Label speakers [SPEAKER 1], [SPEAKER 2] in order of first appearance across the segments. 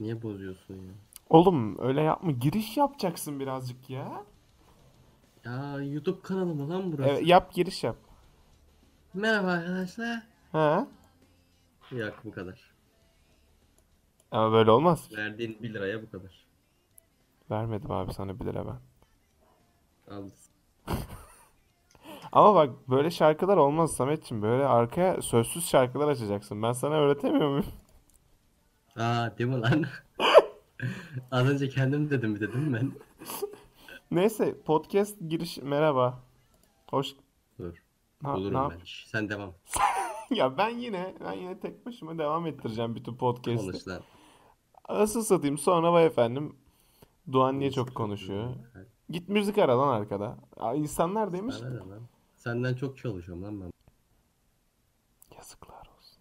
[SPEAKER 1] Niye bozuyorsun ya?
[SPEAKER 2] Oğlum öyle yapma. Giriş yapacaksın birazcık ya.
[SPEAKER 1] Ya YouTube kanalı mı lan burası?
[SPEAKER 2] Evet, yap giriş yap.
[SPEAKER 1] Merhaba arkadaşlar.
[SPEAKER 2] Ha?
[SPEAKER 1] Yok bu kadar.
[SPEAKER 2] Ama böyle olmaz. ki.
[SPEAKER 1] Verdiğin 1 liraya bu kadar.
[SPEAKER 2] Vermedim abi sana 1 lira ben.
[SPEAKER 1] Aldı.
[SPEAKER 2] Ama bak böyle şarkılar olmaz Sametçim. Böyle arkaya sözsüz şarkılar açacaksın. Ben sana öğretemiyor muyum?
[SPEAKER 1] Aa değil mi lan? Az önce kendim dedim bir dedim ben.
[SPEAKER 2] Neyse podcast giriş merhaba. Hoş
[SPEAKER 1] Dur.
[SPEAKER 2] Na-
[SPEAKER 1] Bulurum
[SPEAKER 2] na-
[SPEAKER 1] ben. Şş, Sen devam.
[SPEAKER 2] Ya ben yine ben yine tek başıma devam ettireceğim bütün podcast'i.
[SPEAKER 1] Konuş lan.
[SPEAKER 2] Asıl satayım sonra vay efendim. Doğan niye çok konuşuyor? Git müzik ara lan arkada. Aa, İnsanlar demiş
[SPEAKER 1] Sana ne lan? Senden çok çalışıyorum lan ben.
[SPEAKER 2] Yazıklar olsun.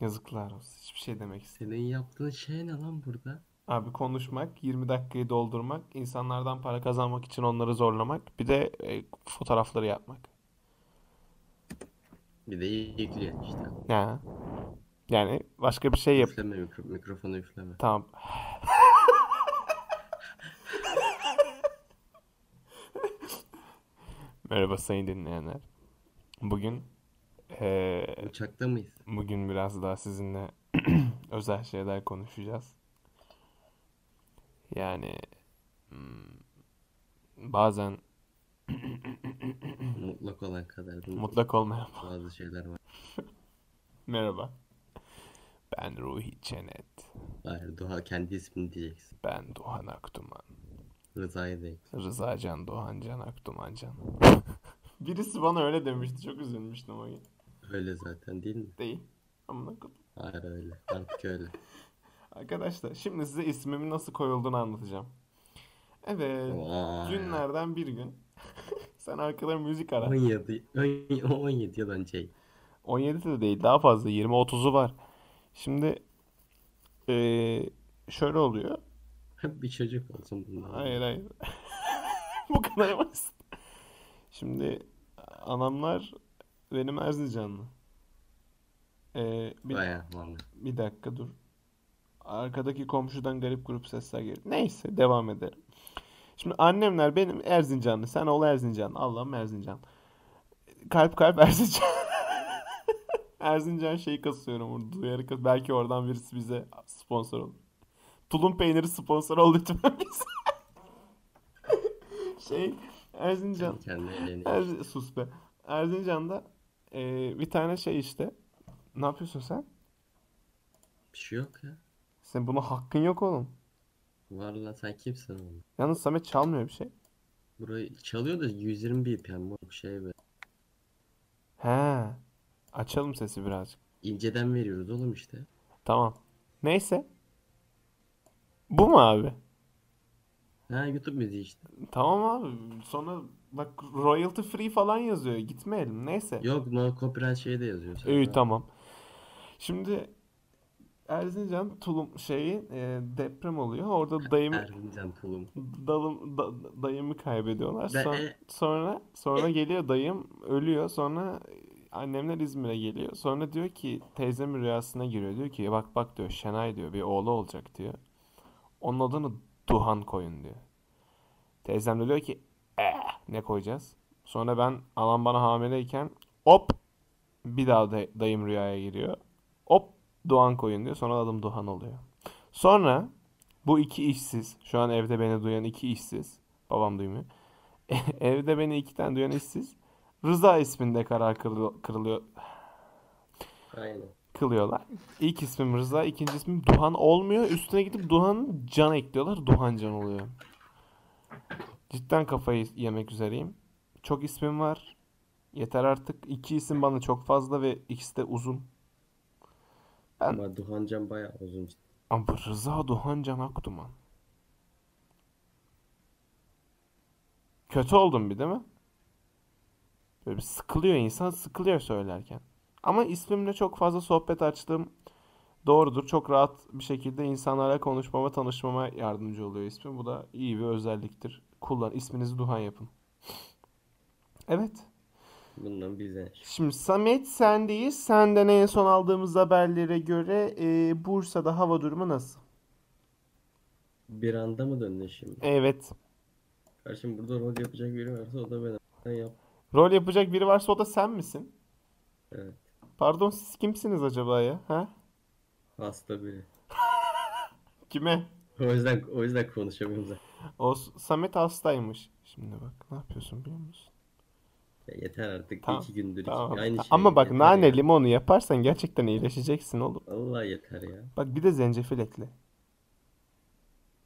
[SPEAKER 2] Yazıklar olsun. Hiçbir şey demek istemiyorum.
[SPEAKER 1] Senin yaptığın şey ne lan burada?
[SPEAKER 2] Abi konuşmak, 20 dakikayı doldurmak, insanlardan para kazanmak için onları zorlamak, bir de e, fotoğrafları yapmak.
[SPEAKER 1] Bir de yükleyen işte.
[SPEAKER 2] Ya. Yani başka bir şey yap.
[SPEAKER 1] Üfleme mikro- mikrofonu üfleme.
[SPEAKER 2] Tamam. Merhaba sayın dinleyenler. Bugün e, eee,
[SPEAKER 1] Uçakta mıyız?
[SPEAKER 2] bugün biraz daha sizinle özel şeyler konuşacağız. Yani hmm, bazen
[SPEAKER 1] Mutlak olan kadar. Bu-
[SPEAKER 2] mutlak olmayan
[SPEAKER 1] Bazı şeyler var.
[SPEAKER 2] Merhaba. Ben Ruhi Çenet.
[SPEAKER 1] Hayır, Doğa kendi ismini diyeceksin.
[SPEAKER 2] Ben Doğan Aktuman.
[SPEAKER 1] Rıza'yı değil.
[SPEAKER 2] Rıza Can, Doğan Can, Aktuman Can. Birisi bana öyle demişti. Çok üzülmüştüm o gün.
[SPEAKER 1] Öyle zaten değil mi?
[SPEAKER 2] Değil. Amına koyayım.
[SPEAKER 1] Hayır öyle. Artık öyle.
[SPEAKER 2] Arkadaşlar şimdi size ismimin nasıl koyulduğunu anlatacağım. Evet.
[SPEAKER 1] Vay.
[SPEAKER 2] Günlerden bir gün. Sen arkada müzik ara.
[SPEAKER 1] 17, ön- 17 yıl önce.
[SPEAKER 2] 17 de değil daha fazla 20-30'u var. Şimdi eee, şöyle oluyor.
[SPEAKER 1] Bir çocuk olsun bundan.
[SPEAKER 2] Hayır hayır. Bu kadar yapamazsın. Şimdi anamlar benim Erzincanlı. Ee, bir,
[SPEAKER 1] Vay aman.
[SPEAKER 2] bir dakika dur. Arkadaki komşudan garip grup sesler geliyor. Neyse devam edelim. Şimdi annemler benim Erzincanlı. Sen ol Erzincan. Allah'ım Erzincan. Kalp kalp Erzincan. Erzincan şeyi kasıyorum burada. Duyarı kas- Belki oradan birisi bize sponsor olur. Tulum peyniri sponsor oldu lütfen bize. Şey Erzincan.
[SPEAKER 1] Kendi kendine eğleniyor.
[SPEAKER 2] Erz- sus be. Erzincan'da e, bir tane şey işte. Ne yapıyorsun sen?
[SPEAKER 1] Bir şey yok ya.
[SPEAKER 2] Senin buna hakkın yok oğlum.
[SPEAKER 1] Var lan sen kimsin oğlum?
[SPEAKER 2] Yalnız Samet çalmıyor bir şey.
[SPEAKER 1] Burayı çalıyor da 120 BPM bu şey be.
[SPEAKER 2] He. Açalım sesi birazcık.
[SPEAKER 1] İnceden veriyoruz oğlum işte.
[SPEAKER 2] Tamam. Neyse. Bu mu abi?
[SPEAKER 1] Ha YouTube müziği işte.
[SPEAKER 2] Tamam abi. Sonra bak royalty free falan yazıyor. Gitmeyelim. Neyse.
[SPEAKER 1] Yok no copyright şeyi de yazıyor. sana.
[SPEAKER 2] İyi tamam. Şimdi Erzincan tulum şeyi e, deprem oluyor. Orada dayım
[SPEAKER 1] Erzincan tulum.
[SPEAKER 2] dalım da- dayımı kaybediyorlar.
[SPEAKER 1] Ve-
[SPEAKER 2] Son-
[SPEAKER 1] e-
[SPEAKER 2] sonra sonra geliyor dayım ölüyor. Sonra annemler İzmir'e geliyor. Sonra diyor ki teyzemin rüyasına giriyor. Diyor ki bak bak diyor Şenay diyor bir oğlu olacak diyor. Onun adını Duhan koyun diyor. Teyzem de diyor ki "Eh, ne koyacağız? Sonra ben anam bana hamileyken hop bir daha day- dayım rüyaya giriyor. Hop Doğan koyun diyor. Sonra adım Doğan oluyor. Sonra bu iki işsiz. Şu an evde beni duyan iki işsiz. Babam duymuyor. Evde beni iki tane duyan işsiz. Rıza isminde karar kırılıyor, kırılıyor,
[SPEAKER 1] Aynen.
[SPEAKER 2] kılıyorlar. İlk ismim Rıza, ikinci ismim Duhan olmuyor. Üstüne gidip Duhan can ekliyorlar. Duhan can oluyor. Cidden kafayı yemek üzereyim. Çok ismim var. Yeter artık. İki isim bana çok fazla ve ikisi de uzun.
[SPEAKER 1] Ama Duhancan bayağı uzun.
[SPEAKER 2] Ama bu Rıza Duhan Can Akduman. Kötü oldum bir değil mi? Böyle bir sıkılıyor insan sıkılıyor söylerken. Ama ismimle çok fazla sohbet açtığım doğrudur. Çok rahat bir şekilde insanlara konuşmama, tanışmama yardımcı oluyor ismim. Bu da iyi bir özelliktir. Kullan isminizi Duhan yapın. Evet.
[SPEAKER 1] Bundan bize.
[SPEAKER 2] Şimdi Samet sendeyiz. Senden en son aldığımız haberlere göre e, Bursa'da hava durumu nasıl?
[SPEAKER 1] Bir anda mı döndün şimdi?
[SPEAKER 2] Evet.
[SPEAKER 1] Karşım burada rol yapacak biri varsa o da ben. Sen yap.
[SPEAKER 2] Rol yapacak biri varsa o da sen misin?
[SPEAKER 1] Evet.
[SPEAKER 2] Pardon siz kimsiniz acaba ya? Ha?
[SPEAKER 1] Hasta biri.
[SPEAKER 2] Kime?
[SPEAKER 1] O yüzden o yüzden konuşamıyorum zaten.
[SPEAKER 2] O S- Samet hastaymış. Şimdi bak ne yapıyorsun biliyor musun?
[SPEAKER 1] Ya yeter artık.
[SPEAKER 2] Tamam,
[SPEAKER 1] iki gündür iki-
[SPEAKER 2] Tamam.
[SPEAKER 1] aynı şey.
[SPEAKER 2] Ama bak
[SPEAKER 1] Yeter
[SPEAKER 2] nane
[SPEAKER 1] ya.
[SPEAKER 2] limonu yaparsan gerçekten iyileşeceksin oğlum.
[SPEAKER 1] Vallahi yeter ya.
[SPEAKER 2] Bak bir de zencefil ekle.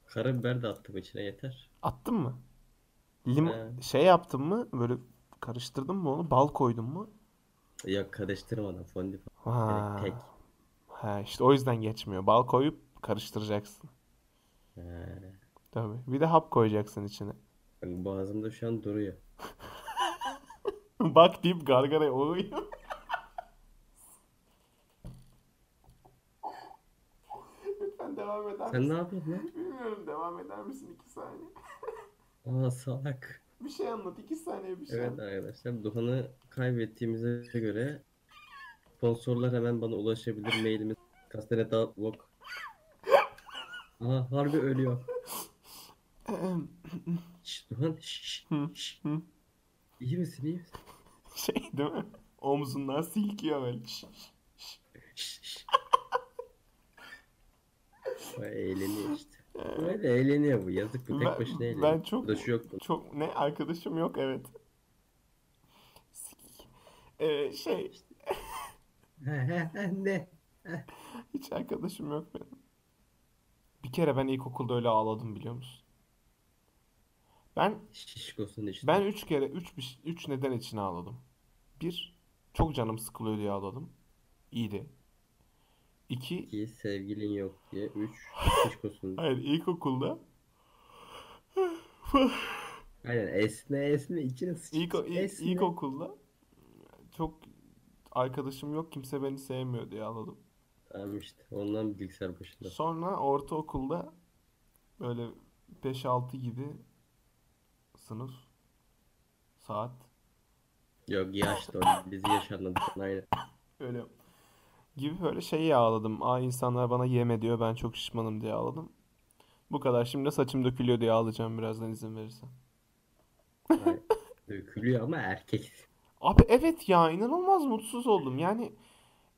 [SPEAKER 1] Karabiber de attım içine yeter.
[SPEAKER 2] Attın mı? Lim
[SPEAKER 1] He.
[SPEAKER 2] şey yaptın mı? Böyle karıştırdın mı onu? Bal koydun mu?
[SPEAKER 1] Yok karıştırmadan fondip.
[SPEAKER 2] Ha.
[SPEAKER 1] tek.
[SPEAKER 2] Ha işte o yüzden geçmiyor. Bal koyup karıştıracaksın.
[SPEAKER 1] He.
[SPEAKER 2] Tabii. Bir de hap koyacaksın içine.
[SPEAKER 1] Bak boğazımda şu an duruyor.
[SPEAKER 2] Bak deyip gargaraya oluyor. Lütfen devam eder
[SPEAKER 1] Sen ne
[SPEAKER 2] misin?
[SPEAKER 1] yapıyorsun lan?
[SPEAKER 2] Bilmiyorum devam eder misin iki saniye?
[SPEAKER 1] Aa salak.
[SPEAKER 2] Bir şey anlat iki saniye bir şey
[SPEAKER 1] Evet
[SPEAKER 2] anlat.
[SPEAKER 1] arkadaşlar Duhan'ı kaybettiğimize göre sponsorlar hemen bana ulaşabilir. Mailimiz kastaneta.vok Aha harbi ölüyor. Şşş Duhan şşş
[SPEAKER 2] Hı,
[SPEAKER 1] şşş.
[SPEAKER 2] hı.
[SPEAKER 1] İyi misin iyi misin?
[SPEAKER 2] Şey değil mi? Omzundan silkiyor böyle. Şş, şş.
[SPEAKER 1] Şşş, şşş. Vay, eğleniyor işte.
[SPEAKER 2] Ee,
[SPEAKER 1] Böyle eğleniyor bu yazık bu tek
[SPEAKER 2] Ben-
[SPEAKER 1] başına eğleniyor.
[SPEAKER 2] ben çok-
[SPEAKER 1] Burada şu yok bu.
[SPEAKER 2] Çok ne arkadaşım yok evet. Sik. Ee, şey
[SPEAKER 1] ne?
[SPEAKER 2] hiç arkadaşım yok benim. Bir kere ben ilkokulda öyle ağladım biliyor musun? Ben
[SPEAKER 1] Şişkosun işte.
[SPEAKER 2] Ben üç kere üç, bir- üç neden için ağladım. Bir, çok canım sıkılıyor diye ağladım. İyiydi. İki,
[SPEAKER 1] İki sevgilin yok diye. Üç şişkosun.
[SPEAKER 2] hayır ilkokulda
[SPEAKER 1] Aynen esne esne içine sıç.
[SPEAKER 2] ilk, ilk,
[SPEAKER 1] esne.
[SPEAKER 2] ilkokulda çok arkadaşım yok kimse beni sevmiyor diye ağladım.
[SPEAKER 1] Tamam işte ondan bilgisayar başında.
[SPEAKER 2] Sonra ortaokulda böyle 5-6 gibi sınıf saat
[SPEAKER 1] Yok yaşlı o bizi yaşanladık. Aynen.
[SPEAKER 2] Öyle gibi böyle şeyi ağladım. Aa insanlar bana yeme diyor ben çok şişmanım diye ağladım. Bu kadar. Şimdi de saçım dökülüyor diye ağlayacağım birazdan izin verirsen.
[SPEAKER 1] Aynen. Dökülüyor ama erkek.
[SPEAKER 2] Abi evet ya inanılmaz mutsuz oldum. Yani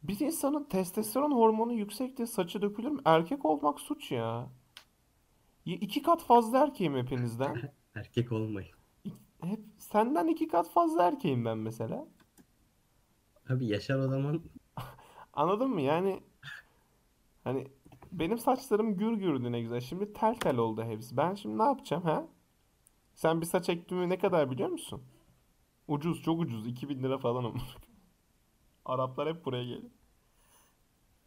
[SPEAKER 2] bir insanın testosteron hormonu yüksek diye saçı dökülür mü? Erkek olmak suç ya. Ya iki kat fazla erkeğim hepinizden.
[SPEAKER 1] Erkek olmayın.
[SPEAKER 2] Hep senden iki kat fazla erkeğim ben mesela.
[SPEAKER 1] Abi Yaşar o zaman
[SPEAKER 2] Anladın mı? Yani hani benim saçlarım gür gürdü ne güzel. Şimdi tel tel oldu hepsi. Ben şimdi ne yapacağım ha? Sen bir saç ektiğimi ne kadar biliyor musun? Ucuz, çok ucuz. 2000 lira falan ama. Araplar hep buraya geliyor.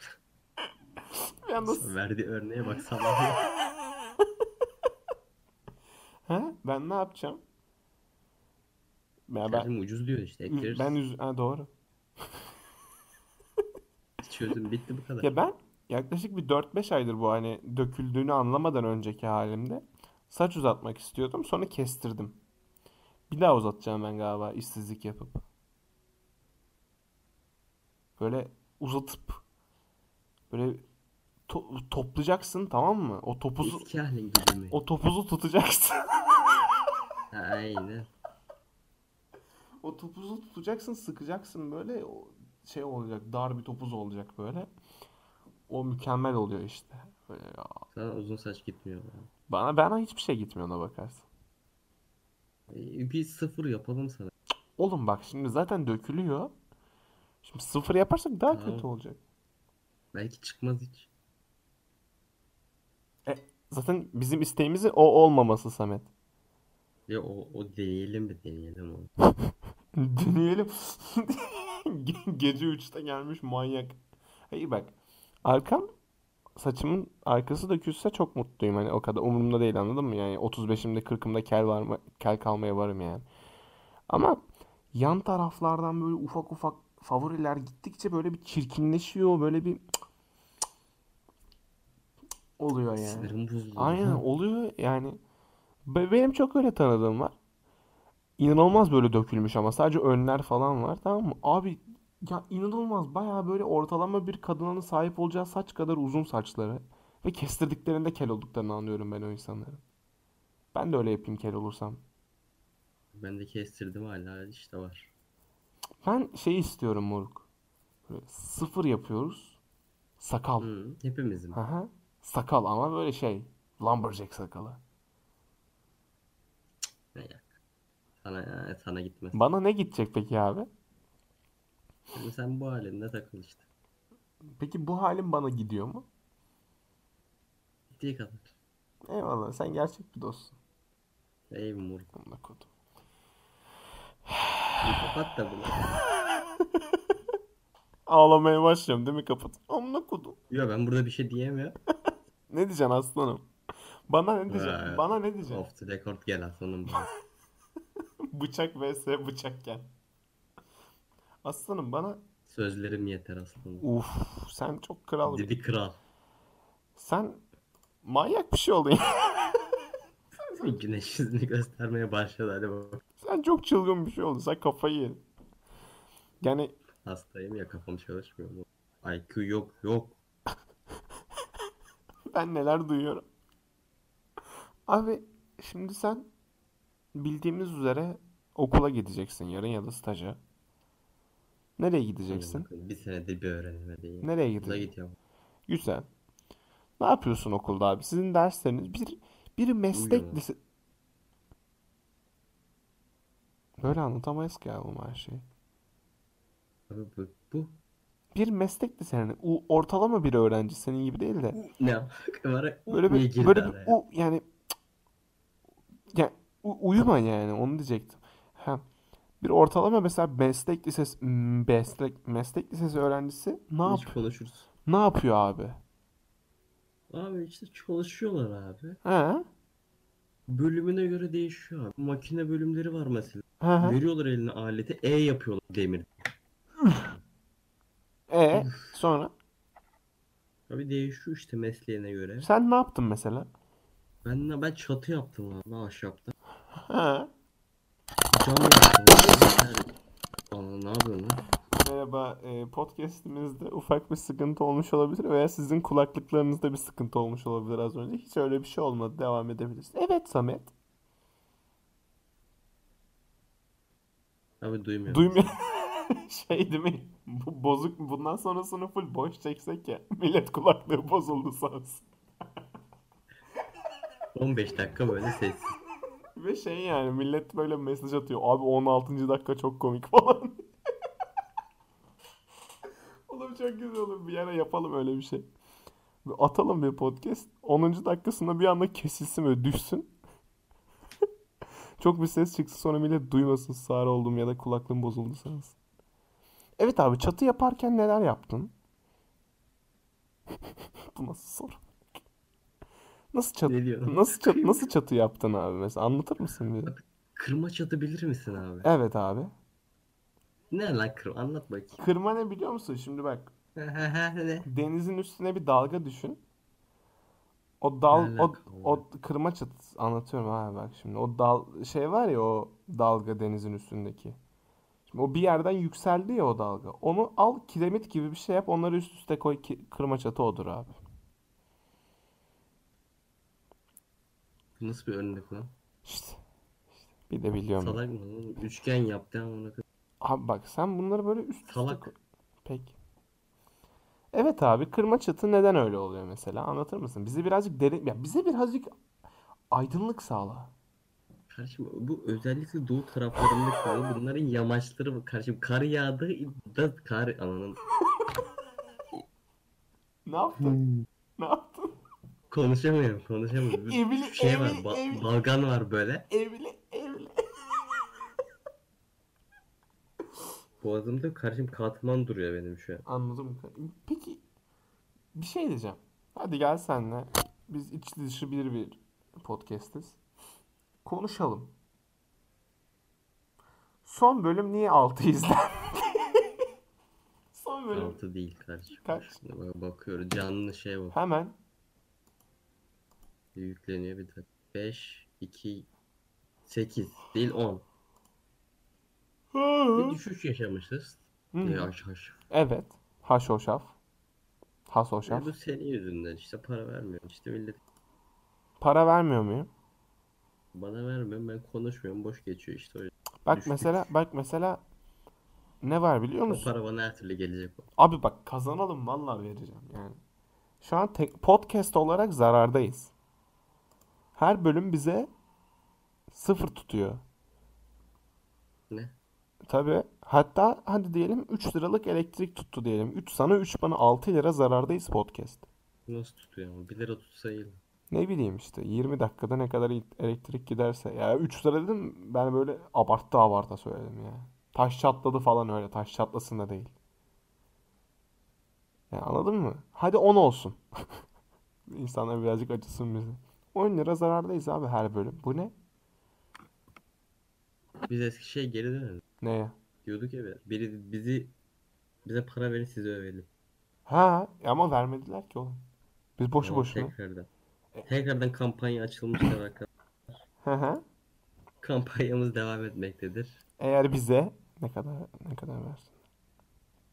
[SPEAKER 2] Bir anda s-
[SPEAKER 1] verdiği örneğe bak sabah.
[SPEAKER 2] ha? Ben ne yapacağım? Ya ben
[SPEAKER 1] Kardeşim ucuz diyor işte ektiririz.
[SPEAKER 2] ben üz- ha, doğru.
[SPEAKER 1] Çözüm bitti bu kadar.
[SPEAKER 2] Ya ben yaklaşık bir 4-5 aydır bu hani döküldüğünü anlamadan önceki halimde saç uzatmak istiyordum. Sonra kestirdim. Bir daha uzatacağım ben galiba işsizlik yapıp. Böyle uzatıp böyle to- toplayacaksın tamam mı? O topuzu
[SPEAKER 1] Eski halin gibi mi?
[SPEAKER 2] o topuzu tutacaksın.
[SPEAKER 1] Ha, Aynen.
[SPEAKER 2] O topuzu tutacaksın, sıkacaksın böyle o şey olacak. Dar bir topuz olacak böyle. O mükemmel oluyor işte. Böyle ya.
[SPEAKER 1] Sana uzun saç gitmiyor. lan.
[SPEAKER 2] Bana bana hiçbir şey gitmiyor ona bakarsın.
[SPEAKER 1] Ee, Bir sıfır yapalım sana.
[SPEAKER 2] Oğlum bak şimdi zaten dökülüyor. Şimdi sıfır yaparsak daha
[SPEAKER 1] Tamam.
[SPEAKER 2] kötü olacak.
[SPEAKER 1] Belki çıkmaz hiç.
[SPEAKER 2] Zaten bizim isteğimizin o olmaması Samet.
[SPEAKER 1] Ya o, o deneyelim mi deneyelim onu.
[SPEAKER 2] Deneyelim. Ge- Gece 3'te gelmiş manyak. Hayır bak. Arkam saçımın arkası dökülse çok mutluyum. Hani o kadar umurumda değil anladın mı? Yani 35'imde 40'ımda kel var mı? Kel kalmaya varım yani. Ama yan taraflardan böyle ufak ufak favoriler gittikçe böyle bir çirkinleşiyor. Böyle bir oluyor yani.
[SPEAKER 1] Sinirim bozuldu.
[SPEAKER 2] Aynen
[SPEAKER 1] Ha,
[SPEAKER 2] oluyor yani. Be- Benim çok öyle tanıdığım var. İnanılmaz böyle dökülmüş ama sadece önler falan var tamam mı? Abi ya inanılmaz bayağı böyle ortalama bir kadının sahip olacağı saç kadar uzun saçları. Ve kestirdiklerinde kel olduklarını anlıyorum ben o insanların. Ben de öyle yapayım kel olursam.
[SPEAKER 1] Ben de kestirdim hala işte var.
[SPEAKER 2] Ben şey istiyorum moruk. Böyle sıfır yapıyoruz. Sakal.
[SPEAKER 1] Hı, hepimizin.
[SPEAKER 2] Aha. Sakal ama böyle şey. Lumberjack sakalı.
[SPEAKER 1] Sana, e, sana gitmez.
[SPEAKER 2] Bana ne gidecek peki abi?
[SPEAKER 1] Yani sen bu halinde takıl işte.
[SPEAKER 2] Peki bu halim bana gidiyor mu?
[SPEAKER 1] Gittiği kadar.
[SPEAKER 2] Eyvallah sen gerçek bir dostsun.
[SPEAKER 1] Ey moruk.
[SPEAKER 2] Amına kodum.
[SPEAKER 1] Bir kapat da bunu.
[SPEAKER 2] Ağlamaya başlıyorum değil mi kapat? Amına kodum.
[SPEAKER 1] Yo ben burada bir şey diyemiyorum.
[SPEAKER 2] Ne diyeceksin aslanım? Bana ne
[SPEAKER 1] Vay.
[SPEAKER 2] diyeceksin? Bana ne diyeceksin?
[SPEAKER 1] Off the record gel aslanım. bana.
[SPEAKER 2] Bıçak vs bıçak gel. Aslanım bana
[SPEAKER 1] Sözlerim yeter aslanım.
[SPEAKER 2] uf sen çok kral. bir-
[SPEAKER 1] Dedi kral.
[SPEAKER 2] Sen manyak bir şey oldun ya.
[SPEAKER 1] Güneş yüzünü göstermeye başladı hadi bak.
[SPEAKER 2] Sen çok çılgın bir şey oldun. Sen kafayı yedin. Yani
[SPEAKER 1] Hastayım ya kafam çalışmıyor. Bu IQ yok yok.
[SPEAKER 2] ben neler duyuyorum. Abi şimdi sen bildiğimiz üzere okula gideceksin yarın ya da staja. Nereye gideceksin?
[SPEAKER 1] Bir senedir bir öğrenme değil.
[SPEAKER 2] Nereye
[SPEAKER 1] Okula
[SPEAKER 2] gideceksin?
[SPEAKER 1] gidiyorum.
[SPEAKER 2] Güzel. Ne yapıyorsun okulda abi? Sizin dersleriniz bir bir meslek
[SPEAKER 1] Uyuyorum.
[SPEAKER 2] lise... Böyle anlatamayız ki oğlum her şeyi.
[SPEAKER 1] Abi bu, bu.
[SPEAKER 2] Bir meslek lisenin u ortalama bir öğrenci senin gibi değil de
[SPEAKER 1] ne yapmak var?
[SPEAKER 2] böyle
[SPEAKER 1] Niye
[SPEAKER 2] bir
[SPEAKER 1] girdi
[SPEAKER 2] böyle bir
[SPEAKER 1] araya?
[SPEAKER 2] u yani yani u- uyuma yani onu diyecektim. Ha. Bir ortalama mesela meslek lisesi m- meslek meslek lisesi öğrencisi ne
[SPEAKER 1] Hiç
[SPEAKER 2] yapıyor?
[SPEAKER 1] konuşuruz.
[SPEAKER 2] Ne yapıyor abi?
[SPEAKER 1] Abi işte çalışıyorlar abi.
[SPEAKER 2] Ha?
[SPEAKER 1] Bölümüne göre değişiyor abi. Makine bölümleri var mesela.
[SPEAKER 2] Ha ha.
[SPEAKER 1] Veriyorlar eline aleti E yapıyorlar demir.
[SPEAKER 2] E sonra
[SPEAKER 1] Abi değişiyor işte mesleğine göre.
[SPEAKER 2] sen ne yaptın mesela?
[SPEAKER 1] Ben ne ben çatı yaptım abi ahşapta.
[SPEAKER 2] Ha.
[SPEAKER 1] Cam yaptım. Aa, ne yapıyorsun lan?
[SPEAKER 2] Merhaba, e, podcastimizde ufak bir sıkıntı olmuş olabilir veya sizin kulaklıklarınızda bir sıkıntı olmuş olabilir az önce. Hiç öyle bir şey olmadı. Devam edebiliriz. Evet Samet.
[SPEAKER 1] Abi duymuyorum.
[SPEAKER 2] Duymuyor. şey değil mi? Bu bozuk bundan sonrasını full boş çeksek ya. Millet kulaklığı bozuldu sansın.
[SPEAKER 1] 15 dakika böyle sessiz.
[SPEAKER 2] Ve şey yani millet böyle mesaj atıyor. Abi 16. dakika çok komik falan. Oğlum çok güzel olur. Bir ara yapalım öyle bir şey. Bir atalım bir podcast. 10. dakikasında bir anda kesilsin böyle düşsün. çok bir ses çıksın sonra millet duymasın. Sağır oldum ya da kulaklığım bozuldu sanırsın. Evet abi çatı yaparken neler yaptın? Bu nasıl soru? Nasıl çatı?
[SPEAKER 1] Ne diyorsun?
[SPEAKER 2] Nasıl çatı, nasıl çatı yaptın abi mesela anlatır mısın bize?
[SPEAKER 1] Kırma çatı bilir misin abi?
[SPEAKER 2] Evet abi.
[SPEAKER 1] Ne lan kırma anlat bakayım.
[SPEAKER 2] Kırma ne biliyor musun? Şimdi bak
[SPEAKER 1] Ne?
[SPEAKER 2] denizin üstüne bir dalga düşün. O dal o,
[SPEAKER 1] alaka
[SPEAKER 2] o kırma çatısı anlatıyorum abi bak şimdi. O dal şey var ya o dalga denizin üstündeki. Şimdi o bir yerden yükseldi ya o dalga. Onu al kiremit gibi bir şey yap onları üst üste koy ki, kırma çatı odur abi.
[SPEAKER 1] Bu nasıl bir örnek lan?
[SPEAKER 2] İşte, işte bir de biliyorum. ben.
[SPEAKER 1] Salak mı lan? oğlum? Üçgen yaptı ama ona kadar.
[SPEAKER 2] Abi bak sen bunları böyle üst üste
[SPEAKER 1] Salak.
[SPEAKER 2] koy. Peki. Evet abi kırma çatı neden öyle oluyor mesela? Anlatır mısın? Bize birazcık derin ya bize birazcık aydınlık sağla.
[SPEAKER 1] Kardeşim bu özellikle doğu taraflarında kalıyor. Bunların yamaçları bu. Kardeşim kar yağdı da kar ananın.
[SPEAKER 2] Ne yaptın? Ne yaptın?
[SPEAKER 1] Konuşamıyorum konuşamıyorum. Bir
[SPEAKER 2] Evli-
[SPEAKER 1] şey var
[SPEAKER 2] evli-
[SPEAKER 1] ba-
[SPEAKER 2] evli.
[SPEAKER 1] balgan var böyle.
[SPEAKER 2] Evli evli.
[SPEAKER 1] Boğazımda kardeşim katman duruyor benim şu an.
[SPEAKER 2] Anladım. Peki bir şey diyeceğim. Hadi gel senle. Biz içli dışı bir bir podcast'iz. Konuşalım. Son bölüm niye 6 izlendi? Son bölüm.
[SPEAKER 1] Altı değil kardeşim.
[SPEAKER 2] Kaç?
[SPEAKER 1] Şimdi bak- bakıyorum canlı şey bu.
[SPEAKER 2] Hemen
[SPEAKER 1] Yükleniyor bir dakika. 5, 2, 8 değil 10. Bir düşüş yaşamışız. Ee,
[SPEAKER 2] Hı hı.
[SPEAKER 1] Yaş yaş.
[SPEAKER 2] Evet. Haşhoşaf. Haso Şaf.
[SPEAKER 1] E bu senin yüzünden işte para vermiyorum. İşte millet
[SPEAKER 2] Para vermiyor muyum?
[SPEAKER 1] bana vermiyor. Ben konuşmuyorum. Boş geçiyor işte. O, yüzden.
[SPEAKER 2] Bak
[SPEAKER 1] Düştük.
[SPEAKER 2] mesela bak mesela ne var biliyor
[SPEAKER 1] o
[SPEAKER 2] musun?
[SPEAKER 1] para bana her türlü gelecek.
[SPEAKER 2] Abi bak kazanalım vallahi vereceğim yani. Şu an tek podcast olarak zarardayız. Her bölüm bize sıfır tutuyor.
[SPEAKER 1] Ne?
[SPEAKER 2] Tabii. Hatta hadi diyelim 3 liralık elektrik tuttu diyelim. 3 sana 3 bana 6 lira zarardayız podcast.
[SPEAKER 1] Nasıl tutuyor ama? 1 lira tutsa iyi.
[SPEAKER 2] Ne bileyim işte 20 dakikada ne kadar il- elektrik giderse. Ya 3 lira dedim ben böyle abarttı abarta söyledim ya. Taş çatladı falan öyle taş çatlasın da değil. Ya anladın mı? Hadi 10 olsun. İnsanlar birazcık acısın bize. 10 lira zarardayız abi her bölüm. Bu ne?
[SPEAKER 1] Biz Eskişehir'e geri dönelim.
[SPEAKER 2] Neye?
[SPEAKER 1] Diyorduk ya bir- biri bizi bize para verin sizi övelim.
[SPEAKER 2] Ha ama vermediler ki oğlum. Biz boşu
[SPEAKER 1] Tamam,
[SPEAKER 2] boşuna.
[SPEAKER 1] Tekrardan. Tekrardan kampanya açılmışlar arkadaşlar.
[SPEAKER 2] Hı hı.
[SPEAKER 1] Kampanyamız devam etmektedir.
[SPEAKER 2] Eğer bize ne kadar ne kadar versin?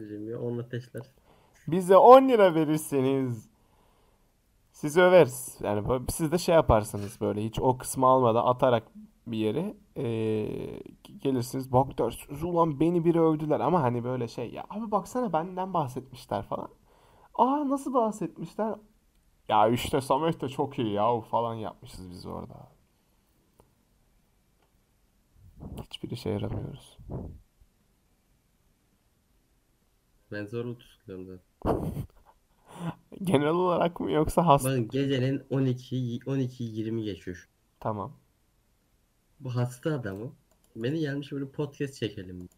[SPEAKER 1] Bizim ya on ateşler.
[SPEAKER 2] Bize 10 lira verirseniz sizi överiz. Yani bu- siz de şey yaparsınız böyle hiç o kısmı almadan atarak bir yere eee, gelirsiniz. Bak dersiniz ulan beni biri övdüler ama hani böyle şey ya abi baksana benden bahsetmişler falan. Aa nasıl bahsetmişler? Ya işte Samet de çok iyi ya falan yapmışız biz orada. Hiçbir işe şey yaramıyoruz.
[SPEAKER 1] Ben zor tutukluyorum zaten.
[SPEAKER 2] Genel olarak mı yoksa hasta?
[SPEAKER 1] Bakın gecenin 12 12 20 geçiyor. şu.
[SPEAKER 2] Tamam.
[SPEAKER 1] Bu hasta adamı beni gelmiş böyle podcast çekelim.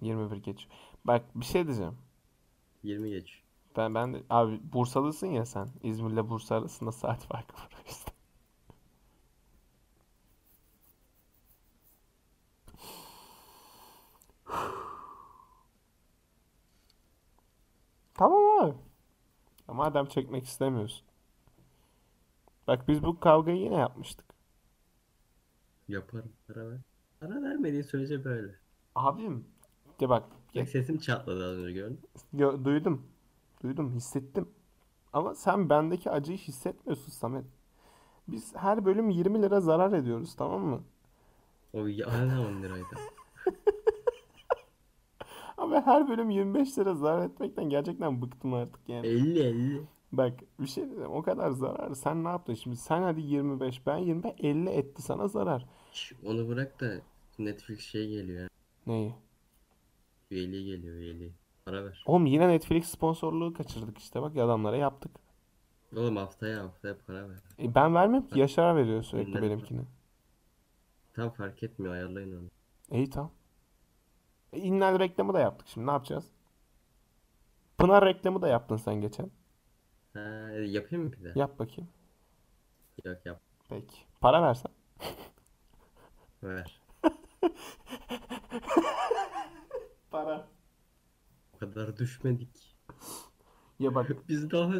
[SPEAKER 2] 21 geç. Bak bir şey diyeceğim.
[SPEAKER 1] 20 geç.
[SPEAKER 2] Ben ben de- abi Bursalısın ya sen. İzmir'le Bursa arasında saat farkı var o yüzden. Tamam abi. Ya madem çekmek istemiyorsun. Bak biz bu kavgayı yine yapmıştık.
[SPEAKER 1] Yaparım. Para ver. Para vermediğin sürece böyle.
[SPEAKER 2] Abim. De bak.
[SPEAKER 1] Bak sesim çatladı az önce gördün. mü?
[SPEAKER 2] Yo- duydum. Duydum, hissettim. Ama sen bendeki acıyı hissetmiyorsun Samet. Biz her bölüm 20 lira zarar ediyoruz, tamam mı?
[SPEAKER 1] O yana 10 liraydı.
[SPEAKER 2] Ama her bölüm 25 lira zarar etmekten gerçekten bıktım artık yani.
[SPEAKER 1] 50 50.
[SPEAKER 2] Bak bir şey diyeceğim, o kadar zarar. Sen ne yaptın şimdi? Sen hadi 25, ben 20, 50 etti sana zarar.
[SPEAKER 1] Şş, onu bırak da Netflix şey geliyor ya.
[SPEAKER 2] Neyi?
[SPEAKER 1] Üyeliği geliyor üyeliği. Para ver.
[SPEAKER 2] Oğlum yine Netflix sponsorluğu kaçırdık işte. Bak adamlara yaptık.
[SPEAKER 1] Oğlum haftaya haftaya para ver.
[SPEAKER 2] E, ben vermem ki Yaşar'a veriyor sürekli
[SPEAKER 1] Bunları-
[SPEAKER 2] benimkini.
[SPEAKER 1] Tam fark etmiyor ayarlayın onu.
[SPEAKER 2] İyi tamam. E, İnnal reklamı da yaptık şimdi ne yapacağız? Pınar reklamı da yaptın sen geçen.
[SPEAKER 1] Ha, e, yapayım mı bir de?
[SPEAKER 2] Yap bakayım.
[SPEAKER 1] Yok yap.
[SPEAKER 2] Peki. Para versen.
[SPEAKER 1] Ver.
[SPEAKER 2] Para.
[SPEAKER 1] O kadar düşmedik.
[SPEAKER 2] Ya bak
[SPEAKER 1] Biz daha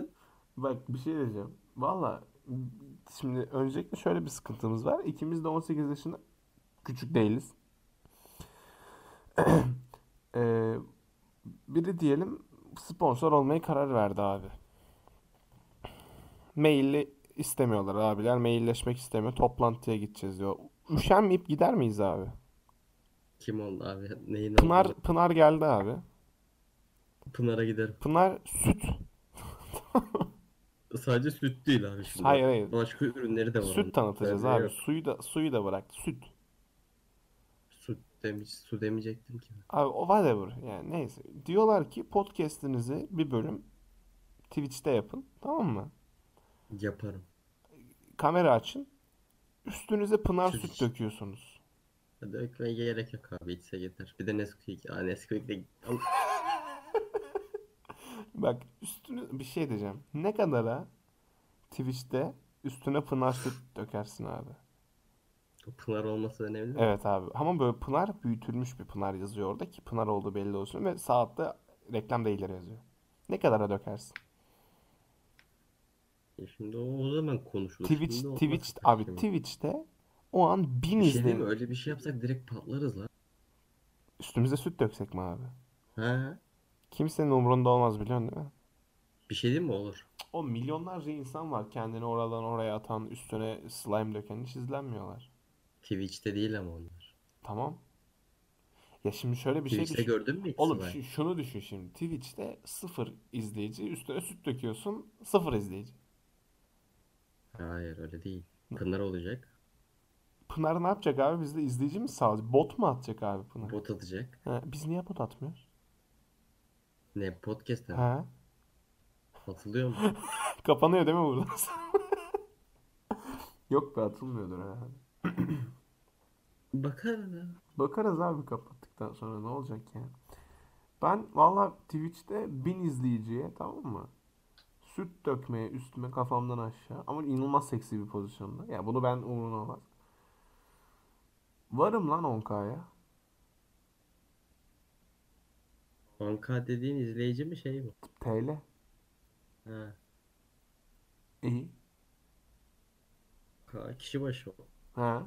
[SPEAKER 2] bak bir şey diyeceğim. Valla şimdi öncelikle şöyle bir sıkıntımız var. İkimiz de 18 yaşında küçük değiliz. Ee, biri diyelim sponsor olmaya karar verdi abi. Mailli istemiyorlar abiler. Mailleşmek istemiyor. Toplantıya gideceğiz diyor. Üşenmeyip gider miyiz abi?
[SPEAKER 1] kim oldu abi? Neyin oldu?
[SPEAKER 2] Pınar Pınar geldi abi.
[SPEAKER 1] Pınar'a giderim.
[SPEAKER 2] Pınar süt.
[SPEAKER 1] Sadece süt değil abi şimdi.
[SPEAKER 2] Hayır hayır.
[SPEAKER 1] Başka ürünleri de var. onun.
[SPEAKER 2] Süt tanıtacağız
[SPEAKER 1] Öyle
[SPEAKER 2] abi.
[SPEAKER 1] yok.
[SPEAKER 2] Suyu da suyu da bıraktı. Süt.
[SPEAKER 1] Süt demiş, su demeyecektim ki.
[SPEAKER 2] Abi o whatever yani neyse. Diyorlar ki podcast'inizi bir bölüm Twitch'te yapın. Tamam mı?
[SPEAKER 1] Yaparım.
[SPEAKER 2] Kamera açın. Üstünüze Pınar
[SPEAKER 1] Twitch.
[SPEAKER 2] süt döküyorsunuz.
[SPEAKER 1] Hadi ökmeye gerek yok abi. içse yeter. Bir de Nesquik. Aa Nesquik de... Al.
[SPEAKER 2] Bak üstünü bir şey diyeceğim. Ne kadara Twitch'te üstüne Pınar süt dökersin abi.
[SPEAKER 1] Pınar olması önemli mi?
[SPEAKER 2] Evet abi. Ama böyle Pınar büyütülmüş bir Pınar yazıyor orada ki Pınar olduğu belli olsun ve saatte reklam değilleri yazıyor. Ne kadara dökersin?
[SPEAKER 1] E Şimdi o, o zaman konuşulur.
[SPEAKER 2] Twitch,
[SPEAKER 1] Şimdi olmaz
[SPEAKER 2] Twitch
[SPEAKER 1] tabii
[SPEAKER 2] abi
[SPEAKER 1] ki.
[SPEAKER 2] Twitch'te o an bin
[SPEAKER 1] şey Bir şey değil mi?
[SPEAKER 2] izlen-
[SPEAKER 1] Öyle bir şey yapsak direkt patlarız lan.
[SPEAKER 2] Üstümüze süt döksek mi abi?
[SPEAKER 1] Ha?
[SPEAKER 2] Kimsenin umurunda olmaz biliyorsun değil mi?
[SPEAKER 1] Bir şey değil mi olur?
[SPEAKER 2] O milyonlarca insan var kendini oradan oraya atan, üstüne slime döken hiç izlenmiyorlar.
[SPEAKER 1] Twitch'te değil ama onlar.
[SPEAKER 2] Tamam. Ya şimdi şöyle bir şey
[SPEAKER 1] Twitch'te
[SPEAKER 2] düşün.
[SPEAKER 1] gördün mü hiç
[SPEAKER 2] Oğlum şey-
[SPEAKER 1] Sıla'yı?
[SPEAKER 2] şu- şunu düşün şimdi. Twitch'te sıfır izleyici, üstüne süt döküyorsun, sıfır izleyici.
[SPEAKER 1] Hayır öyle değil. Pınar olacak.
[SPEAKER 2] Pınar ne yapacak abi? Bizde izleyici mi sağlayacak? Bot mu atacak abi Pınar?
[SPEAKER 1] Bot atacak.
[SPEAKER 2] Ha, biz niye bot atmıyoruz?
[SPEAKER 1] Ne podcast'e mi?
[SPEAKER 2] Ha?
[SPEAKER 1] Atılıyor mu?
[SPEAKER 2] Kapanıyor değil mi burada? Yok be atılmıyordur herhalde.
[SPEAKER 1] Bakar ya.
[SPEAKER 2] Bakarız abi kapattıktan sonra ne olacak ya. Ben valla Twitch'te bin izleyiciye tamam mı? Süt dökmeye üstüme kafamdan aşağı ama inanılmaz seksi bir pozisyonda. Ya bunu ben umurumda olmaz. Varım lan 10K'ya.
[SPEAKER 1] 10K dediğin izleyici mi şey mi?
[SPEAKER 2] TL.
[SPEAKER 1] Ha.
[SPEAKER 2] İyi.
[SPEAKER 1] Ka- Kişi başı o.
[SPEAKER 2] Ha.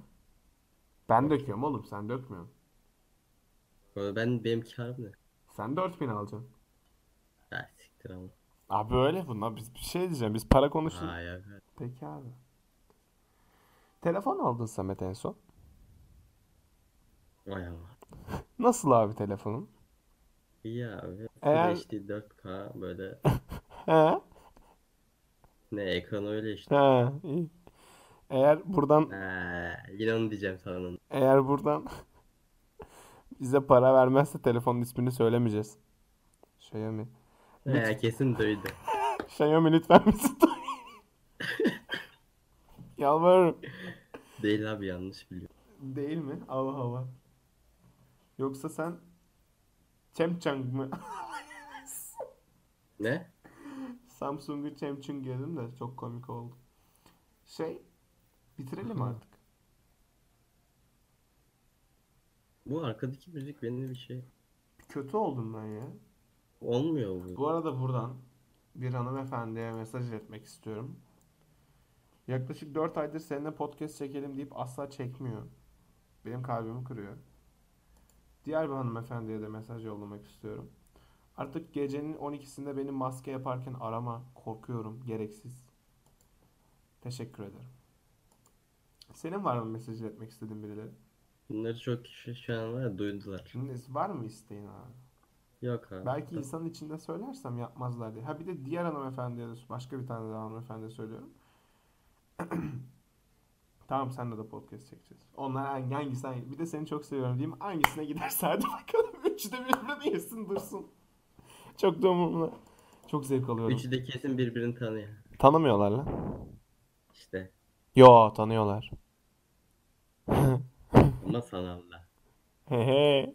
[SPEAKER 2] Ben döküyorum oğlum sen dökmüyorsun.
[SPEAKER 1] Böyle Ben benim karım ne?
[SPEAKER 2] Sen 4000 alacaksın.
[SPEAKER 1] Ya siktir ama.
[SPEAKER 2] Abi öyle bunlar biz bir şey diyeceğim. Biz para konuştuk.
[SPEAKER 1] Aa ya. ben-
[SPEAKER 2] Peki abi. Telefon aldın Samet en son.
[SPEAKER 1] Vay Allah.
[SPEAKER 2] Nasıl abi telefonun?
[SPEAKER 1] İyi ya abi.
[SPEAKER 2] Eğer-
[SPEAKER 1] Full HD 4K böyle.
[SPEAKER 2] He?
[SPEAKER 1] Ne ekran öyle işte.
[SPEAKER 2] He, iyi. Eğer buradan
[SPEAKER 1] Ha, yine onu diyeceğim sana.
[SPEAKER 2] eğer buradan bize para vermezse telefonun ismini söylemeyeceğiz. Xiaomi.
[SPEAKER 1] Ha, kesin duydu.
[SPEAKER 2] Xiaomi lütfen bizi duy. Yalvarırım.
[SPEAKER 1] Değil abi yanlış biliyor.
[SPEAKER 2] Değil mi? Allah Allah. Yoksa sen Chang'ı mı?
[SPEAKER 1] Ne?
[SPEAKER 2] Samsung'u Chemchung yedim de çok komik oldu. Şey, bitirelim
[SPEAKER 1] Aha.
[SPEAKER 2] artık.
[SPEAKER 1] Bu arkadaki müzik benim bir şey.
[SPEAKER 2] Kötü oldum ben ya.
[SPEAKER 1] Olmuyor bu.
[SPEAKER 2] Bu arada buradan bir hanımefendiye mesaj etmek istiyorum. Yaklaşık 4 aydır seninle podcast çekelim deyip asla çekmiyor. Benim kalbimi kırıyor. Diğer bir hanımefendiye de mesaj yollamak istiyorum. Artık gecenin 12'sinde beni maske yaparken arama. Korkuyorum. Gereksiz. Teşekkür ederim. Senin var mı mesaj iletmek istediğin birileri?
[SPEAKER 1] Bunları çok kişi şu an var ya, duydular.
[SPEAKER 2] Şimdi var mı isteğin abi?
[SPEAKER 1] Yok abi.
[SPEAKER 2] Belki insanın içinde söylersem yapmazlar diye. Ha bir de diğer hanımefendiye de başka bir tane daha hanımefendiye söylüyorum. Tamam senle de podcast çekeceğiz. Onlar hangi, hangisi hangi? Bir de seni çok seviyorum diyeyim. Hangisine giderse hadi bakalım. Üçü de birbirine yesin dursun. Çok da umurumda. Çok zevk alıyorum.
[SPEAKER 1] Üçü de kesin birbirini tanıyor.
[SPEAKER 2] Tanımıyorlar lan.
[SPEAKER 1] İşte.
[SPEAKER 2] Yo tanıyorlar.
[SPEAKER 1] Ama sanalda.
[SPEAKER 2] Hehe.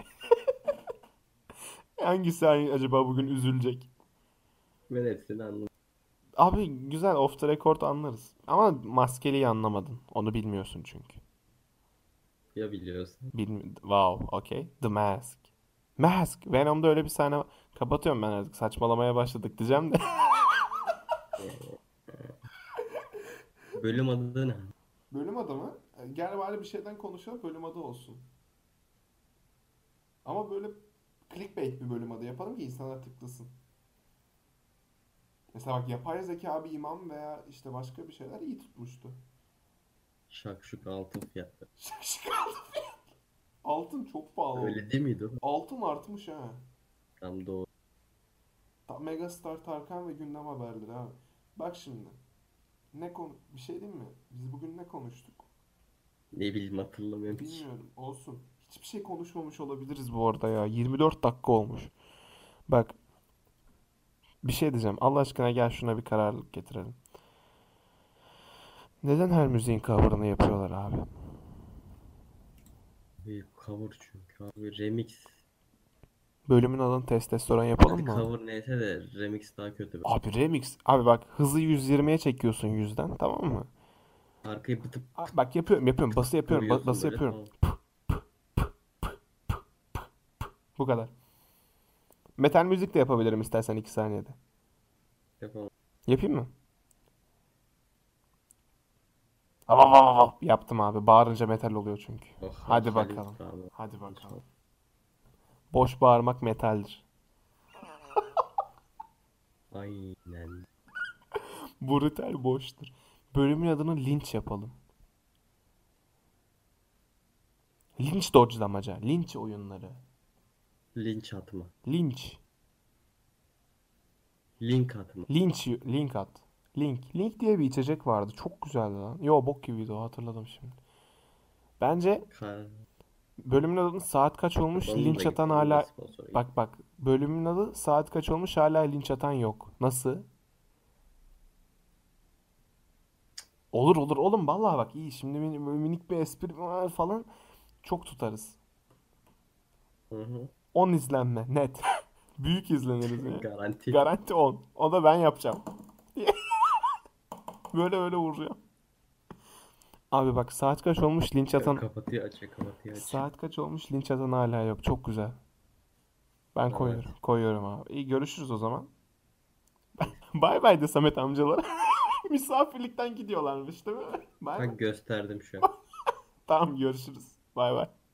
[SPEAKER 2] Hangisi hangi- acaba bugün üzülecek?
[SPEAKER 1] Ben hepsini anladım.
[SPEAKER 2] Abi güzel off the record anlarız. Ama maskeliyi anlamadın. Onu bilmiyorsun çünkü.
[SPEAKER 1] Ya biliyorsun.
[SPEAKER 2] Bilmi wow, okay. The Mask. Mask. Venom'da öyle bir sahne var. Kapatıyorum ben artık. Saçmalamaya başladık diyeceğim de.
[SPEAKER 1] Bölüm adı ne?
[SPEAKER 2] Bölüm adı mı? E, Gel bari bir şeyden konuşalım. Bölüm adı olsun. Ama böyle clickbait bir bölüm adı yapalım ki insanlar tıklasın. Mesela bak yapay zeka bir imam veya işte başka bir şeyler iyi tutmuştu.
[SPEAKER 1] Şakşuk altın fiyatı.
[SPEAKER 2] Şaşkın Altın çok pahalı oldu.
[SPEAKER 1] Öyle değil miydi o?
[SPEAKER 2] Altın artmış ha.
[SPEAKER 1] Tam doğru.
[SPEAKER 2] Ta- Megastar Tarkan ve gündem haberleri abi. Bak şimdi. Ne konu bir şey değil mi? Biz bugün ne konuştuk?
[SPEAKER 1] Ne bileyim hatırlamıyorum hiç.
[SPEAKER 2] Bilmiyorum. Olsun. Hiçbir şey konuşmamış olabiliriz bu arada ya. 24 dakika olmuş. Bak. Bir şey diyeceğim. Allah aşkına gel şuna bir kararlılık getirelim. Neden her müziğin cover'ını yapıyorlar abi?
[SPEAKER 1] Büyük cover çünkü abi. Remix.
[SPEAKER 2] Bölümün adını testosteron yapalım
[SPEAKER 1] Hadi
[SPEAKER 2] mı?
[SPEAKER 1] cover neyse de remix daha kötü. be.
[SPEAKER 2] Abi remix. Abi bak hızı 120'ye çekiyorsun yüzden tamam mı?
[SPEAKER 1] Arkayı bıtıp
[SPEAKER 2] Aa, Bak yapıyorum yapıyorum. Bası yapıyorum. ba-
[SPEAKER 1] kırıyorsun
[SPEAKER 2] bası
[SPEAKER 1] böyle
[SPEAKER 2] yapıyorum.
[SPEAKER 1] falan.
[SPEAKER 2] Bu kadar. Metal müzik de yapabilirim istersen 2 saniyede.
[SPEAKER 1] Yapamam.
[SPEAKER 2] Yapayım mı? Vav vav vav vav. Yaptım abi. Bağırınca metal oluyor çünkü.
[SPEAKER 1] Oh,
[SPEAKER 2] Hadi
[SPEAKER 1] Halil
[SPEAKER 2] bakalım.
[SPEAKER 1] abi.
[SPEAKER 2] Hadi bakalım. Boş bağırmak metaldir.
[SPEAKER 1] Aynen.
[SPEAKER 2] Bu ritel boştur. Bölümün adını linç yapalım. Linç dodge'lamaca. Linç oyunları.
[SPEAKER 1] Linç atma.
[SPEAKER 2] Linç.
[SPEAKER 1] Link atma.
[SPEAKER 2] Linç. Link at. Link. Link diye bir içecek vardı. Çok güzeldi lan. Yo bok gibiydi o hatırladım şimdi. Bence
[SPEAKER 1] Kar...
[SPEAKER 2] bölümün adının saat kaç olmuş?
[SPEAKER 1] Bakalım
[SPEAKER 2] Linç
[SPEAKER 1] da
[SPEAKER 2] atan
[SPEAKER 1] gitti,
[SPEAKER 2] hala...
[SPEAKER 1] nasıl sponsor gitti.
[SPEAKER 2] Bak bak. Bölümün adı saat kaç olmuş hala linç atan yok. Nasıl? Olur olur oğlum vallahi bak iyi şimdi min- minik bir espri var falan çok tutarız.
[SPEAKER 1] Hı hı.
[SPEAKER 2] 10 izlenme net. Büyük izleniriz ya.
[SPEAKER 1] Garanti.
[SPEAKER 2] Garanti 10. O da ben yapacağım. böyle öyle vuracağım. Abi bak saat kaç olmuş linç atan
[SPEAKER 1] Kapatıyor açıyor kapatıyor açıyor.
[SPEAKER 2] saat kaç olmuş linç atan hala yok. Çok güzel. Ben koyuyorum. Koyuyorum abi. İyi görüşürüz o zaman. bay bay de Samet amcalara. Misafirlikten gidiyorlarmış değil mi? Bay bay.
[SPEAKER 1] Bak gösterdim şu an.
[SPEAKER 2] Tamam görüşürüz. Bay bay.